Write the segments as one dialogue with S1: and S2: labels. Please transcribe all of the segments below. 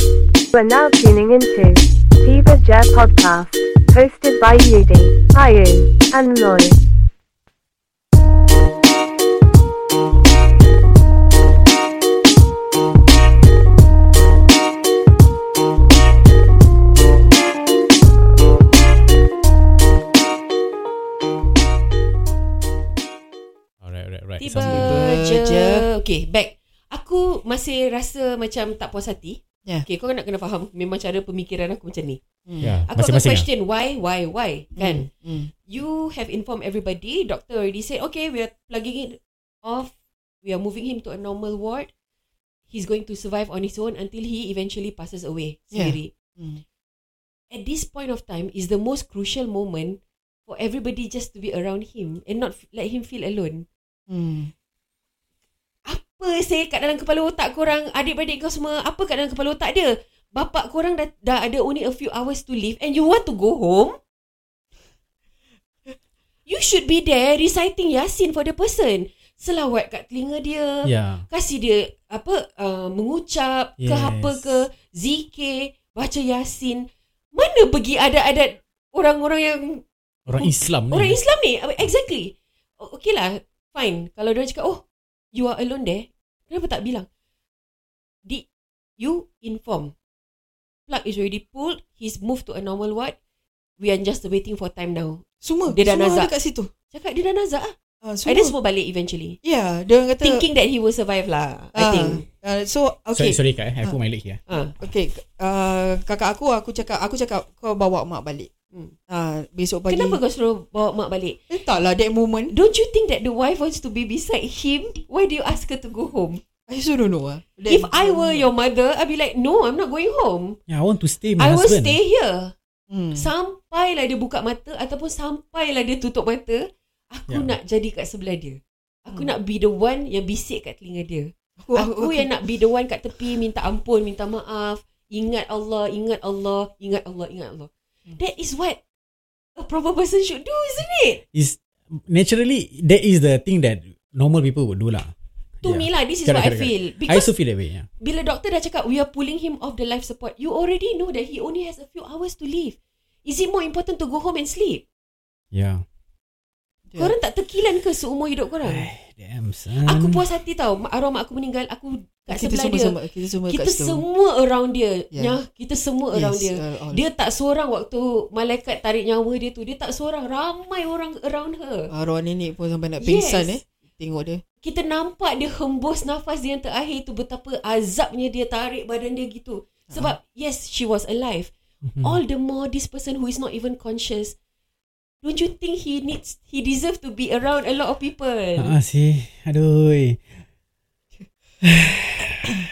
S1: You are now tuning into Tiba Jer Podcast, hosted by Yudi, Ayu, and Loy.
S2: Alright, alright, alright.
S3: Tiba
S2: Sounds
S3: je.
S4: Tiba
S3: je
S4: je.
S3: Okay back Aku masih rasa macam tak puas hati
S4: Ya.
S3: Okay kau nak kena faham Memang cara pemikiran aku macam ni
S2: good. Ya,
S3: Hmm. Aku akan
S2: masing-masing.
S3: question why, why, why Kan
S4: Mm.
S3: You have informed everybody Doctor already said Okay we are plugging it off We are moving him to a normal ward He's going to survive on his own Until he eventually passes away
S4: Yeah.
S3: Sendiri
S4: Mm.
S3: At this point of time Is the most crucial moment For everybody just to be around him And not f- let him feel alone hmm.
S4: Mm.
S3: apa sih kat dalam kepala otak korang adik-beradik kau semua apa kat dalam kepala otak dia bapak korang dah, dah ada only a few hours to live and you want to go home you should be there reciting yasin for the person selawat kat telinga dia yeah.
S2: Ya.
S3: kasi dia apa uh, mengucap yes. ke
S2: Yes.
S3: apa ke zikir baca yasin mana pergi adat-adat orang-orang yang
S2: Orang Islam ni.
S3: Oh. Orang
S4: Hmm.
S3: Islam ni Exactly O- Okay lah Fine Kalau dia cakap Oh You are alone there Kenapa tak bilang Did You inform Plug is already pulled He's moved to a normal ward We are just waiting for time now
S4: Semua
S3: Dia dah
S4: semua
S3: nazak.
S4: ada kat situ.
S3: Cakap dia dah nazak lah
S4: Ah,
S3: so,
S4: semua.
S3: Ada semua balik eventually
S4: Ya, dia orang kata
S3: Thinking that he will survive lah I
S4: Ah,
S3: think
S4: ah, so okay.
S2: Sorry, sorry Kak. Eh. Aku my leg here.
S3: Ah,
S4: Okay, uh, kakak aku aku cakap aku cakap kau bawa mak balik.
S3: Hmm.
S4: Ah, besok pagi.
S3: Kenapa kau suruh bawa mak balik
S4: Entahlah that moment.
S3: Don't you think that the wife wants to be beside him Why do you ask her to go home
S4: I also don't know ah. That
S3: If I were your mother I'd be like No I'm not going home
S2: Yeah, I want to stay with my
S3: I will
S2: husband.
S3: stay here
S4: Hmm.
S3: Sampailah dia buka mata Ataupun sampailah dia tutup mata
S2: Ya.
S3: Aku yeah. nak jadi kat sebelah dia Aku
S4: Hmm.
S3: nak be the one yang bisik kat telinga dia
S4: aku,
S3: Aku yang nak be the one kat tepi Minta ampun, minta maaf Ingat Allah, ingat Allah, ingat Allah, ingat Allah
S4: Hmm.
S3: That is what a proper person should do isn't it?
S2: Is naturally that is the thing that normal people would do lah.
S4: Ya.
S3: To me lah, this is
S2: Correct,
S3: what I
S2: correct,
S3: feel
S2: I
S3: Because
S2: also feel that way. Yeah.
S3: bila doktor dah cakap we are pulling him off the life support, you already know that he only has a few hours to live. Is it more important to go home and sleep?
S2: Yeah.
S4: Ya. Eh,
S3: Korang tak terkilan ke seumur hidup korang?
S2: Ay, damn son.
S3: Aku puas hati tau Mak- Arwah mak aku meninggal Aku kat
S4: Hmm. kita
S3: sebelah
S4: semua,
S3: dia
S4: sama, kita semua
S3: Kita
S4: kat situ.
S3: semua around dia
S4: Yeah.
S3: yeah. Kita semua around
S4: Yes,
S3: dia
S4: uh, all.
S3: Dia tak seorang waktu Malaikat tarik nyawa dia tu Dia tak seorang Ramai orang around her
S4: arwah nenek pun sampai
S3: Yes.
S4: nak pingsan eh. Tengok dia.
S3: Kita nampak dia hembus nafas dia yang terakhir tu Betapa azabnya dia tarik badan dia gitu
S4: Ah.
S3: Sebab yes she was alive
S2: Mhm.
S4: Hmm.
S3: All the more this person who is not even conscious Don't you think he needs He deserve to be around a lot of people
S2: Ah, sih. Aduh.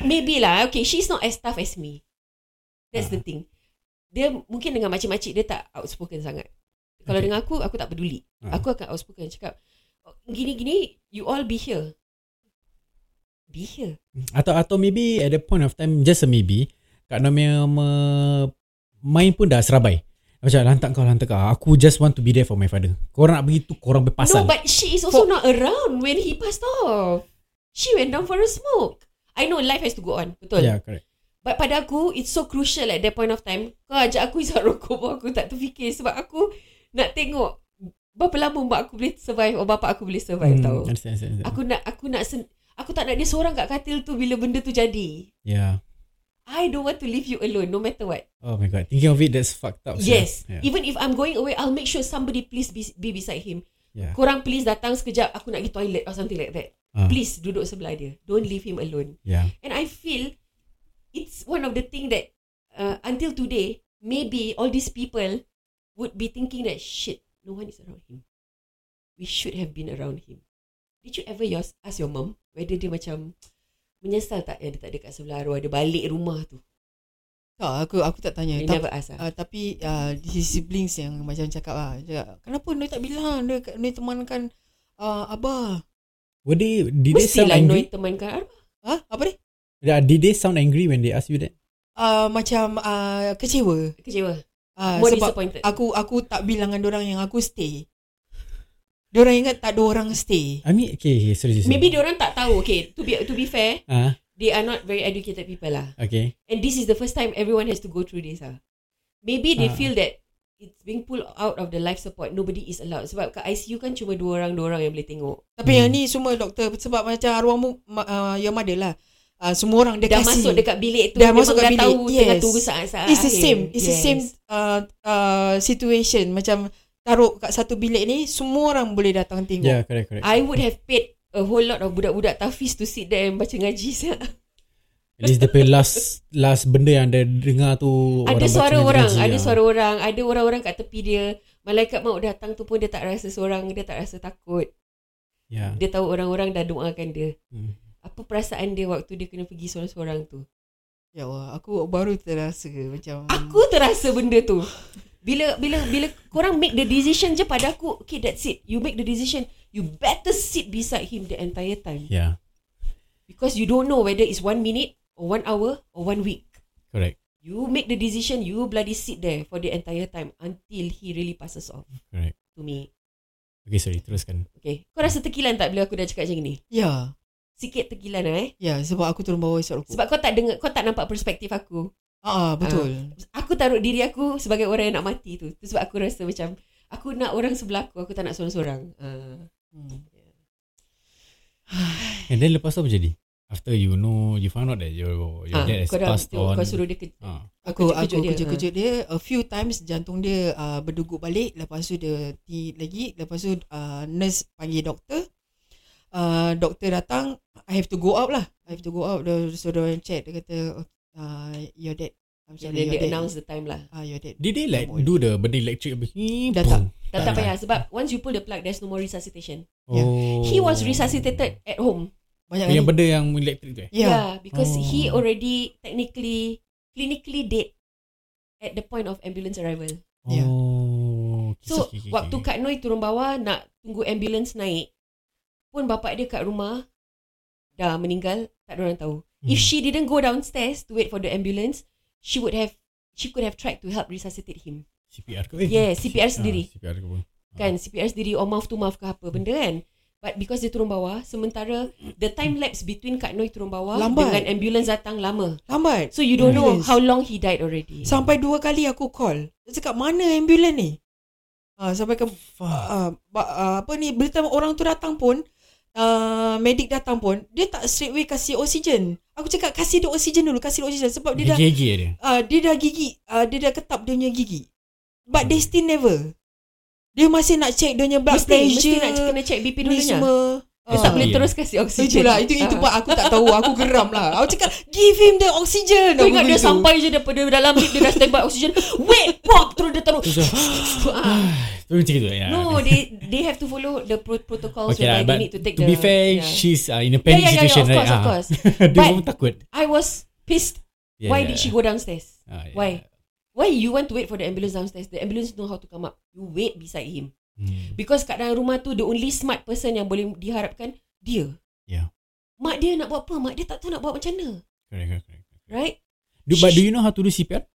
S3: Maybe lah Okay she's not as tough as me That's
S2: Ah.
S3: the thing Dia mungkin dengan makcik-makcik Dia tak outspoken sangat Kalau
S2: Okay.
S3: dengan aku Aku tak peduli
S2: Ah.
S3: Aku akan outspoken Cakap "Oh, Gini-gini You all be here Be here
S2: Atau atau maybe at the point of time just a maybe Kak Namia me, main pun dah serabai. Macam lantak kau lantak kau. Aku just want to be there for my father. Korang nak pergi tu korang berpasal.
S3: No but she is also not around When he passed off She went down for a smoke I know life has to go on Betul
S2: yeah, correct.
S3: But pada aku It's so crucial at that point of time Kau ajak aku isap rokok pun Aku tak terfikir Sebab aku Nak tengok Berapa lama mak aku boleh survive Or bapak aku boleh survive hmm. tau
S2: Understand, understand, understand.
S3: Aku nak Aku nak sen- Aku tak nak dia seorang kat katil tu Bila benda tu jadi
S2: Yeah.
S3: I don't want to leave you alone No matter what
S2: Oh my god. Thinking of it that's fucked up. sia.
S3: Yes
S2: Oh, Yeah.
S3: Even if I'm going away I'll make sure somebody please be, be beside him
S2: Yeah.
S3: Korang please datang sekejap Aku nak pergi toilet Or something like that
S2: Ah.
S3: Please duduk sebelah dia Don't leave him alone
S2: Yeah.
S3: And I feel it's one of the thing that uh, until today, maybe all these people would be thinking that shit, no one is around him. We should have been around him. Did you ever yours, ask your mum whether dia macam menyesal tak yang dia tak ada kat sebelah arwah dia balik rumah tu?
S4: Tak, aku aku tak tanya.
S3: You
S4: Tapi-
S3: never ask lah.
S4: Uh, tapi uh, si siblings yang macam cakap lah cakap, Kenapa Noi tak bilang Noi, noi temankan uh, Abah
S2: Were they did they sound
S3: Mestilah
S2: angry?
S3: Noi temankan arwah.
S4: Ha? Apa ni?
S2: Yeah, Did they sound angry when they ask you that?
S4: Uh, macam uh, kecewa
S3: Kecewa.
S4: uh,
S3: More
S4: Sebab
S3: disappointed.
S4: aku aku tak bilang dengan orang yang aku stay Diorang ingat tak ada orang stay
S2: I mean, okay, okay sorry, sorry.
S3: Maybe dia orang tak tahu. Okay, to be to be fair,
S2: Ah,
S3: they are not very educated people lah.
S2: Okay.
S3: And this is the first time everyone has to go through this ah. Maybe they
S2: Ah.
S3: feel that it's being pulled out of the life support. Nobody is allowed. Sebab kat ICU kan cuma dua orang, dua orang yang boleh tengok.
S4: Tapi yang ni semua doktor sebab macam arwahmu ma- uh, your mother lah. Uh, semua orang dia
S3: dah
S4: kasi.
S3: masuk dekat bilik tu.
S4: Dah
S3: memang
S4: masuk kat
S3: dah
S4: bilik,
S3: tahu tengah
S4: yes.
S3: tunggu saat-saat
S4: It's the
S3: akhir.
S4: same. It's yes. the same
S3: Yes.
S4: uh, uh, situation macam taruh kat satu bilik ni semua orang boleh datang tengok.
S2: Yeah, correct, correct.
S3: I would have paid a whole lot of budak-budak tafis to sit there and baca ngaji. sia.
S2: At least dia punya last last benda yang dia dengar tu
S3: ada
S2: baca
S3: suara
S2: dengan
S3: orang,
S2: gaji,
S3: ada
S2: ah.
S3: suara orang, ada orang-orang kat tepi dia. Malaikat maut datang tu pun dia tak rasa seorang, dia tak rasa takut.
S4: Ya.
S2: Yeah.
S3: Dia tahu orang-orang dah doakan dia.
S2: Hmm.
S3: Apa perasaan dia waktu dia kena pergi seorang-seorang tu?
S4: Ya Allah, aku baru terasa macam
S3: Aku terasa benda tu. Bila bila bila korang make the decision je pada aku, okay that's it. You make the decision, you better sit beside him the entire time.
S2: Yeah,
S3: Because you don't know whether it's one minute or one hour or one week.
S2: correct.
S3: You make the decision, you bloody sit there for the entire time until he really passes off
S2: Correct.
S3: to me.
S2: Okay, sorry. Teruskan.
S3: Okay. Kau rasa tekilan tak bila aku dah cakap macam ni?
S4: Ya,
S3: Sikit tekilan lah eh.
S4: ya sebab aku turun bawah esok aku.
S3: Sebab kau tak dengar, kau tak nampak perspektif aku.
S4: ah, betul.
S3: Aku taruh diri aku sebagai orang yang nak mati tu. tu sebab aku rasa macam, aku nak orang sebelah aku, aku tak nak seorang-seorang. Uh,
S4: Hmm.
S2: And then lepas tu apa jadi? After you know, you found out that your your
S3: ah,
S2: dad has
S3: kau dah
S2: passed on.
S3: kau suruh dia ke,
S2: Ah,
S4: Aku
S3: Kejut-kejut dia,
S4: aku
S3: Ah.
S4: kejut kejut dia a few times jantung dia uh, berdegup balik lepas tu dia ti lagi lepas tu uh, nurse panggil doktor uh, doktor datang I have to go out lah I have to go out dia suruh dia check dia kata uh, your dad I'm
S3: dia, dia,
S4: sorry your
S3: dia
S4: dad
S3: announce the time lah.
S4: uh, your dad
S2: Did they like do the benda electric?
S4: Dah tak.
S3: Tak, tak payah sebab once you pull the plug, there's no more resuscitation.
S2: lah.
S4: Yeah.
S2: Oh.
S3: He was resuscitated at home.
S4: banyak Ya,
S2: Yang benda yang electric tu eh?
S4: yeah. yeah.
S3: Yeah, because
S2: Oh.
S3: he already technically, clinically dead at the point of ambulance arrival.
S4: Yeah.
S2: Oh. Okay,
S3: Ya. So,
S2: okay, okay,
S3: waktu
S2: okay.
S3: Kak Noi turun bawah nak tunggu ambulans naik, pun bapak dia kat rumah dah meninggal, tak ada orang tahu. If
S2: Hmm.
S3: she didn't go downstairs to wait for the ambulance, she would have she could have tried to help resuscitate him.
S2: CPR ke? Eh?
S3: Yeah, CPR sendiri.
S2: Ah, CPR ke pun.
S3: Kan, CPR sendiri or mouth to mouth ke apa benda kan. But because dia turun bawah, sementara the time lapse between Kak Noi turun bawah
S4: Lambat.
S3: dengan ambulans datang lama.
S4: lambat
S3: So you don't know
S4: Ambulance.
S3: how long he died already.
S4: sampai dua kali aku call dia cakap mana ambulans ni uh, sampai ke
S2: Fuck.
S4: uh, uh, apa ni bila time orang tu datang pun uh, medik datang pun dia tak straight away kasih oksigen aku cakap kasih dia oksigen dulu kasih dia oksigen sebab dia dah
S2: Gigi dia.
S4: uh, dia dah gigi uh, dia dah ketap dia punya gigi but they still never dia masih nak check dia punya blood
S3: mesti,
S4: pressure
S3: mesti nak kena check BP
S4: ni
S3: dulunya.
S4: semua
S3: Dia tak
S2: Ah.
S3: boleh
S2: Yeah.
S3: terus kasih oksigen.
S4: Itulah lah, itu itu
S3: Ah.
S4: part aku tak tahu aku geram lah. Aku cakap give him the oxygen.
S3: Kau ingat
S4: Aku
S3: dia
S4: begitu.
S3: sampai je daripada dalam lift dia dah stand by oksigen. Wait, pop terus dia taruh.
S2: Tu macam,
S3: Ah.
S2: tu macam gitu. ya.
S3: No, they they have to follow the pro- protocols
S2: Okay lah,
S3: whereby
S2: but
S3: they need to take
S2: to
S3: the
S2: be fair,
S3: yeah.
S2: she's uh, in a panic
S3: yeah, yeah, yeah,
S2: situation,
S3: of
S2: right?
S3: course, of
S2: Ah.
S3: course.
S2: Dia
S3: But-
S2: pun takut.
S3: I was pissed.
S2: Yeah,
S3: Why
S2: yeah.
S3: did she go downstairs?
S2: Ah, yeah.
S3: Why? Why you want to wait for the ambulance downstairs? The ambulance know how to come up. You wait beside him.
S2: Hmm.
S3: Because kat dalam rumah tu the only smart person yang boleh diharapkan dia.
S2: Yeah.
S3: Mak dia nak buat apa? Mak dia tak tahu nak buat macam mana.
S2: Correct, correct, correct.
S3: Right?
S2: Do, but do you know how to do CPR?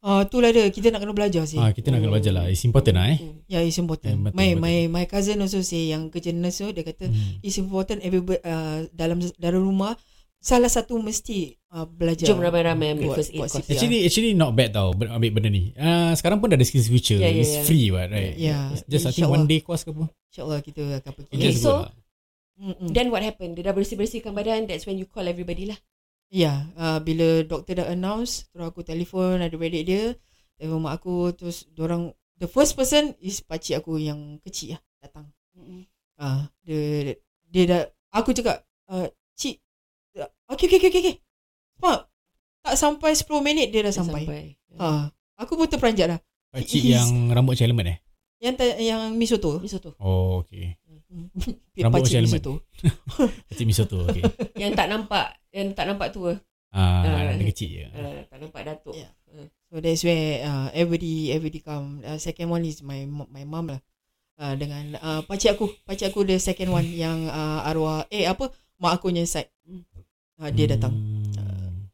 S4: Ah tu lah dia kita nak kena belajar sih.
S2: Ah, kita nak kena belajar lah. It's important lah eh.
S3: Hmm.
S4: Yeah, it's important.
S2: Yeah, betul,
S4: my
S2: betul.
S4: my my cousin also say yang kerja nurse tu dia kata
S2: Hmm.
S4: it's important everybody uh, dalam dalam rumah salah satu mesti uh, belajar.
S3: Jom ramai-ramai ambil
S4: Buat-
S3: first aid
S4: buat
S3: course.
S4: CPR.
S2: Actually, actually not bad tau ben- ambil benda ni. Uh, sekarang pun dah ada skills future.
S3: Yeah, yeah,
S2: It's
S3: yeah.
S2: free what, right?
S4: Yeah.
S2: It's just I think
S4: InsyaAllah.
S2: one day course ke apa.
S4: InsyaAllah kita akan pergi.
S3: Okay,
S2: It's
S3: so-
S2: good lah.
S4: Mm-mm.
S3: Then what happened? Dia dah bersih-bersihkan badan. That's when you call everybody lah.
S4: Ya, uh, bila doktor dah announce, terus aku telefon ada beradik dia, telefon mak aku, terus orang the first person is pakcik aku yang kecil lah datang. Ah, dia dia dah aku cakap, uh, "Cik, okey okey okey okey." Okay. Mak, tak sampai 10 minit dia dah
S3: Dia
S4: sampai. sampai.
S3: Ah.
S4: Ah, aku pun terperanjat lah.
S2: Pakcik
S4: He's-
S2: yang rambut macam helmet eh?
S4: Yang ta- yang misoto.
S3: Miso tu.
S2: Oh, okay. Rambut
S4: pakcik
S2: macam
S4: misoto.
S2: Pakcik miso tu, okay.
S3: Yang tak nampak. Yang tak nampak tua.
S2: Ah,
S3: Ah.
S2: anak kecil je.
S3: Ah, tak nampak datuk.
S4: Yeah. So that's where uh, everybody everybody come. Uh, second one is my mo- my mum lah. Uh, dengan uh, pakcik aku. Pakcik aku the second one yang uh, arwah eh apa mak aku punya side. Uh, dia datang.
S2: Hmm.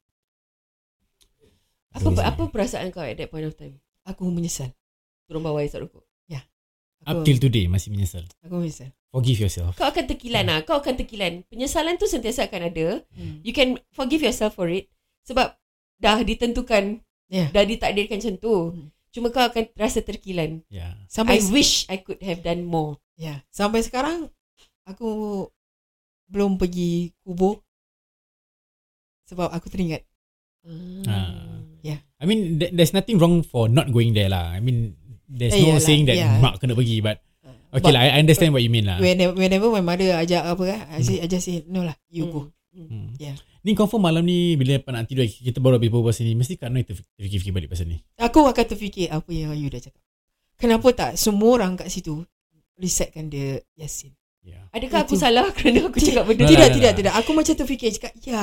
S3: Apa apa perasaan kau at that point of time?
S4: Aku menyesal.
S3: Turun bawah isap rokok.
S2: Up till today masih menyesal.
S4: Aku misal
S2: Forgive yourself.
S3: Kau akan terkilan lah. Kau akan terkilan. Penyesalan tu sentiasa akan ada.
S4: hmm.
S3: You can forgive yourself for it. Sebab dah ditentukan.
S4: Yeah.
S3: Dah ditakdirkan macam tu.
S4: Hmm.
S3: Cuma kau akan rasa terkilan.
S2: Yeah.
S4: Sampai
S3: I wish I could have done more.
S4: Yeah. Sampai sekarang aku belum pergi kubur sebab aku teringat. Ya.
S2: Ah.
S4: Yeah.
S2: I mean th- there's nothing wrong for not going there lah. I mean there's
S4: Eh,
S2: no
S4: yalah,
S2: saying that
S4: yeah.
S2: mak kena pergi but okay
S4: But-
S2: lah I understand what you mean lah.
S4: Whenever, whenever my mother ajak apa kan, I say, I just say no lah, you
S3: Hmm.
S4: go.
S2: Hmm.
S4: Yeah.
S2: Ni confirm malam ni bila Pak nak tidur kita baru habis berbual pasal ni mesti Kak Noi terf- terfikir-fikir balik pasal ni.
S4: Aku akan terfikir apa yang you dah cakap. Kenapa tak semua orang kat situ resetkan dia Yasin.
S2: Yeah.
S3: Adakah aku
S4: Itu.
S3: salah kerana aku cakap benda
S2: Nah,
S4: tidak,
S2: nah,
S4: tidak,
S2: nah.
S4: tidak. Aku macam terfikir cakap, ya,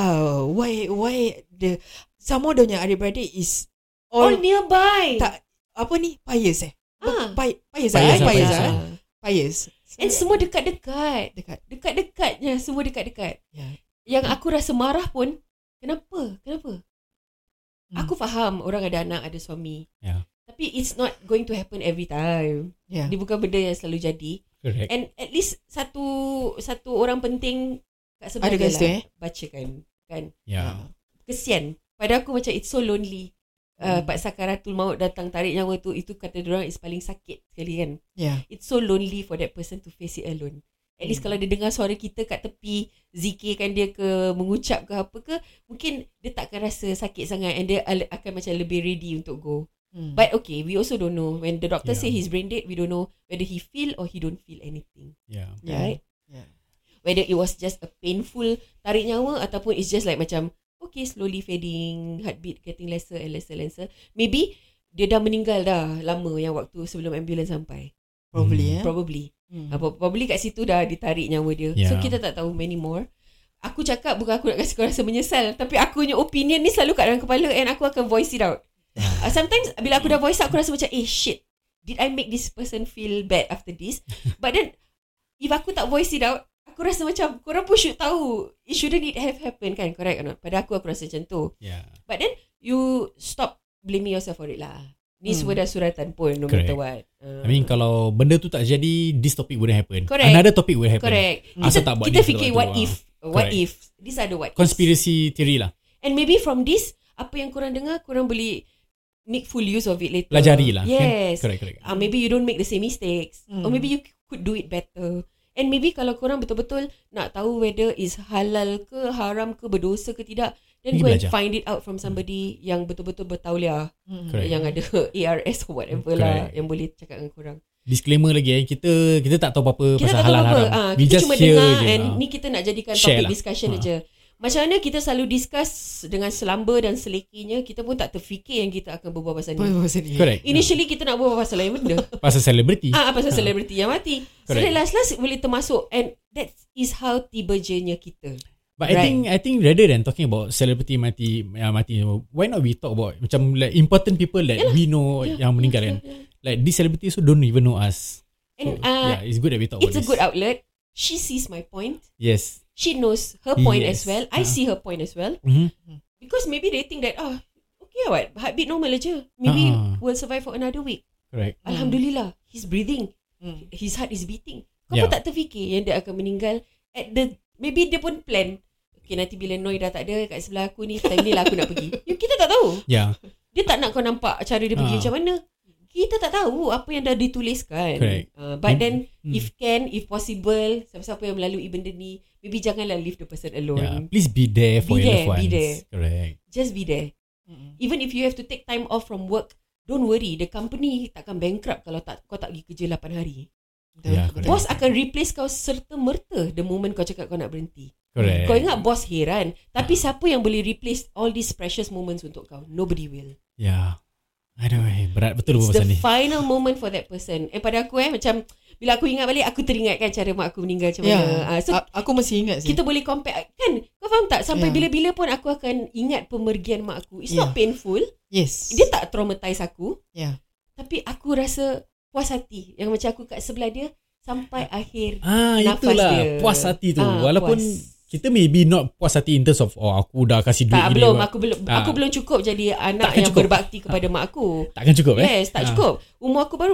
S4: why, why the, sama dia punya adik-beradik is
S3: All
S4: all,
S3: nearby.
S4: tak, apa ni, pious eh?
S3: Ah.
S4: Pi,
S2: Pious,
S4: pious, pious,
S2: ah,
S4: pious,
S2: pious,
S4: ah,
S2: ah.
S4: pious.
S3: lah. And semua dekat-dekat.
S4: dekat. ya.
S3: Dekat-dekatnya. Semua dekat-dekat.
S4: Yeah.
S3: Yang aku rasa marah pun, kenapa? Kenapa?
S4: Hmm. Ya.
S3: Aku faham orang ada anak, ada suami.
S2: Yeah.
S3: Tapi it's not going to happen every time.
S4: Yeah.
S3: Dia bukan benda yang selalu jadi.
S2: Correct.
S3: And at least satu satu orang penting kat sebelah
S4: Ada
S3: dia
S4: kat situ
S3: lah
S4: eh.
S3: bacakan.
S4: Ah.
S2: Yeah.
S3: Kesian. Pada aku macam it's so lonely. Uh,
S4: Hmm.
S3: Pak Sakaratul Maut datang tarik nyawa tu itu kata orang is paling sakit sekali kan.
S4: Yeah.
S3: It's so lonely for that person to face it alone. At least
S4: Hmm.
S3: kalau dia dengar suara kita kat tepi, zikirkan dia ke, mengucap ke apa ke, mungkin dia takkan rasa sakit sangat and dia al- akan macam lebih ready untuk go.
S4: Hmm.
S3: But okay, we also don't know. When the doctor
S2: Yeah.
S3: say he's brain dead, we don't know whether he feel or he don't feel anything.
S2: Yeah.
S4: Yeah.
S3: Right?
S4: Yeah.
S3: Whether it was just a painful tarik nyawa ataupun it's just like macam, okay, slowly fading, heartbeat getting lesser and lesser and lesser. Maybe dia dah meninggal dah lama yang waktu sebelum ambulans sampai.
S2: Hmm.
S4: probably eh.
S3: Probably.
S4: Hmm.
S3: Apa Probably kat situ dah ditarik nyawa dia.
S2: Yeah.
S3: So kita tak tahu many more. Aku cakap bukan aku nak kasi kau rasa menyesal. Tapi aku punya opinion ni selalu kat dalam kepala and aku akan voice it out. Uh, sometimes bila aku dah voice out aku rasa macam eh shit. Did I make this person feel bad after this? But then if aku tak voice it out aku rasa macam korang pun should tahu it shouldn't it have happened kan correct or not? Pada aku aku rasa macam tu.
S2: Yeah.
S3: But then you stop blaming yourself for it lah. Ni
S4: Hmm.
S3: semua dah suratan pun no matter
S2: Correct.
S3: what. Uh,
S2: I mean kalau benda tu tak jadi this topic wouldn't happen.
S3: Correct.
S2: Another topic would happen.
S3: Correct.
S2: Asal
S3: Kita,
S2: tak buat
S3: kita
S2: ni,
S3: fikir
S2: tak buat
S3: what
S2: tu, ah.
S3: if. What
S2: Correct.
S3: if. These are the what ifs.
S2: Conspiracy theory lah.
S3: And maybe from this, apa yang korang dengar, korang boleh make full use of it later.
S2: Pelajari lah. kan?
S3: Yes.
S2: Correct, correct.
S3: Uh, maybe you don't make the same mistakes.
S4: Hmm.
S3: Mm. Or maybe you could do it better. And maybe kalau korang betul-betul nak tahu whether is halal ke, haram ke, berdosa ke tidak, then
S2: Pergi
S3: go and
S2: belajar.
S3: find it out from somebody yang betul-betul bertauliah,
S4: Hmm.
S2: Correct.
S3: yang ada ARS or whatever lah,
S2: Correct.
S3: yang boleh cakap dengan korang.
S2: Disclaimer lagi eh. Kita kita tak tahu apa-apa
S3: kita
S2: pasal
S3: tak tahu
S2: halal
S3: apa.
S2: haram.
S3: Ah,
S2: We
S3: kita
S2: just
S3: cuma
S2: hear
S3: dengar
S2: je.
S3: and
S2: Ah.
S3: ni kita nak jadikan
S2: Share
S3: topik
S2: lah.
S3: discussion
S2: Ah.
S3: aja. Macam mana kita selalu discuss dengan selamba dan selekinya, kita pun tak terfikir yang kita akan berbual pasal ni.
S4: Apa pasal ni?
S2: Correct.
S3: Initially kita nak berbual pasal lain benda.
S2: Ah. Pasal celebrity.
S3: ah, pasal
S2: Ah.
S3: selebriti yang mati. So
S2: Correct.
S3: that last-last boleh termasuk and that is how tiba jenya kita.
S2: But right. I
S3: Right.
S2: think I think rather than talking about celebrity mati uh, mati why not we talk about macam like important people that we know
S3: Ya,
S2: yeah. yang meninggal kan.
S3: Yeah, yeah.
S2: Like these celebrities who don't even know us.
S3: And
S2: so,
S3: uh,
S2: yeah, it's good that we talk
S3: it's a
S2: about
S3: good
S2: this.
S3: outlet. She sees my point.
S2: Yes.
S3: She knows her point
S2: Yes.
S3: as well.
S2: Ah.
S3: I see her point as well.
S2: Mm-hmm.
S3: Because maybe they think that, ah, okay lah what, heartbeat normal aja. Maybe
S2: Ah.
S3: we'll survive for another week.
S2: Correct.
S4: Hmm.
S3: Alhamdulillah, he's breathing.
S4: Hmm.
S3: His heart is beating. Kau
S2: Yeah.
S3: pun tak terfikir yang dia akan meninggal at the maybe dia pun plan. Okay, nanti bila Noi dah tak ada kat sebelah aku ni, time ni lah aku nak pergi. You- Kita tak tahu.
S2: Yeah.
S3: Dia tak nak kau nampak cara dia pergi
S2: Ah.
S3: macam mana. Kita tak tahu apa yang dah dituliskan.
S2: Correct.
S3: Uh, but
S2: Hmm.
S3: then,
S2: Hmm.
S3: if can, if possible, siapa-siapa yang melalui benda ni, maybe janganlah leave the person
S2: Mm. Yeah.
S3: alone.
S2: Please be there for
S3: Be
S2: your
S3: there,
S2: loved ones.
S3: be there.
S2: Correct.
S3: Just be there.
S4: Hmm.
S3: Even if you have to take time off from work, don't worry. The company takkan bankrupt kalau tak kau tak pergi kerja 8 hari.
S4: Betul,
S2: Yeah, Ya,
S4: betul.
S2: correct.
S3: Bos akan replace kau serta merta the moment kau cakap kau nak berhenti.
S2: Correct.
S3: Kau ingat bos heran, tapi siapa yang boleh replace all these precious moments untuk kau? Nobody will.
S2: Yeah. Aduh, eh, berat betul
S3: It's
S2: pasal
S3: the
S2: ni.
S3: final moment for that person. Eh pada aku eh macam bila aku ingat balik aku teringat kan cara mak aku meninggal macam
S4: Ya.
S3: mana. Ah, so
S4: A- aku masih ingat sih.
S3: kita boleh compare kan? Kau faham tak sampai
S4: Ya.
S3: bila-bila pun aku akan ingat pemergian mak aku. It's not painful.
S4: yes.
S3: Dia tak traumatize aku.
S4: Ya.
S3: Tapi aku rasa puas hati yang macam aku kat sebelah dia sampai akhir
S2: Ah,
S3: nafas
S2: itulah
S3: dia.
S2: puas hati tu.
S3: Ah,
S2: Walaupun
S3: puas.
S2: kita maybe not puas hati in terms of oh aku dah kasih duit
S3: Tak
S2: gini,
S3: belum
S2: buat-
S3: aku belum
S2: Ah.
S3: aku belum cukup jadi anak
S2: Takkan
S3: yang
S2: cukup.
S3: berbakti kepada mak aku.
S2: takkan cukup eh
S3: Yes,
S2: Ah.
S3: tak cukup. Umur aku baru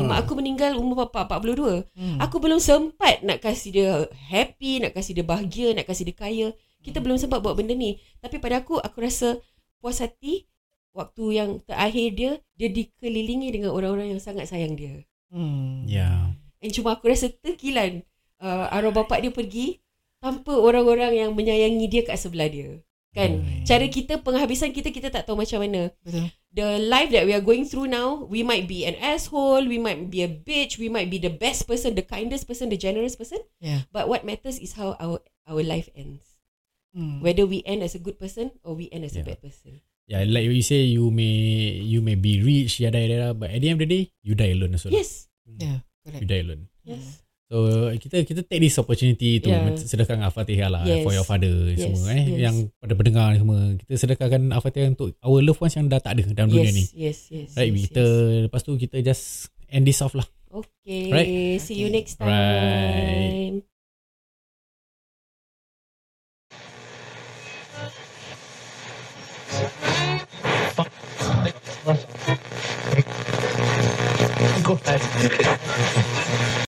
S2: Ha.
S3: Mak aku meninggal umur bapa 42.
S4: Hmm.
S3: Aku belum sempat nak kasih dia happy, nak kasih dia bahagia, nak kasih dia kaya. Kita
S2: Hmm.
S3: belum sempat buat benda ni. Tapi pada aku, aku rasa puas hati waktu yang terakhir dia, dia dikelilingi dengan orang-orang yang sangat sayang dia.
S4: Hmm.
S2: ya yeah.
S3: And cuma aku rasa terkilan uh, arwah bapak dia pergi tanpa orang-orang yang menyayangi dia kat sebelah dia. Kan?
S2: Hmm.
S3: Cara kita, penghabisan kita, kita tak tahu macam mana
S4: Betul.
S3: the life that we are going through now, we might be an asshole, we might be a bitch, we might be the best person, the kindest person, the generous person.
S4: Yeah.
S3: But what matters is how our our life ends.
S4: Hmm.
S3: Whether we end as a good person or we end as
S2: Yeah.
S3: a bad person.
S2: yeah Ya, like you say you may you may be rich ya, yada yada but at the end of the day you die alone also lah.
S3: Yes.
S4: Yeah, correct.
S2: you die alone
S3: Yes.
S2: So kita kita take this opportunity to yeah.
S3: Yeah.
S2: sedekahkan Al-Fatihah lah yes.
S3: Yes.
S2: for your father yes.
S3: Yes,
S2: semua eh
S3: yes.
S2: yang pada pendengar ni semua kita sedekahkan Al-Fatihah untuk our loved ones yang dah tak ada dalam yes. dunia
S3: Yes.
S2: ni.
S3: Yes. Yes.
S2: Right
S3: yes,
S2: kita
S3: yes.
S2: yes. lepas tu kita just end this off lah.
S3: Okay.
S2: Right.
S3: See you
S4: Okay.
S3: next time.
S2: Right.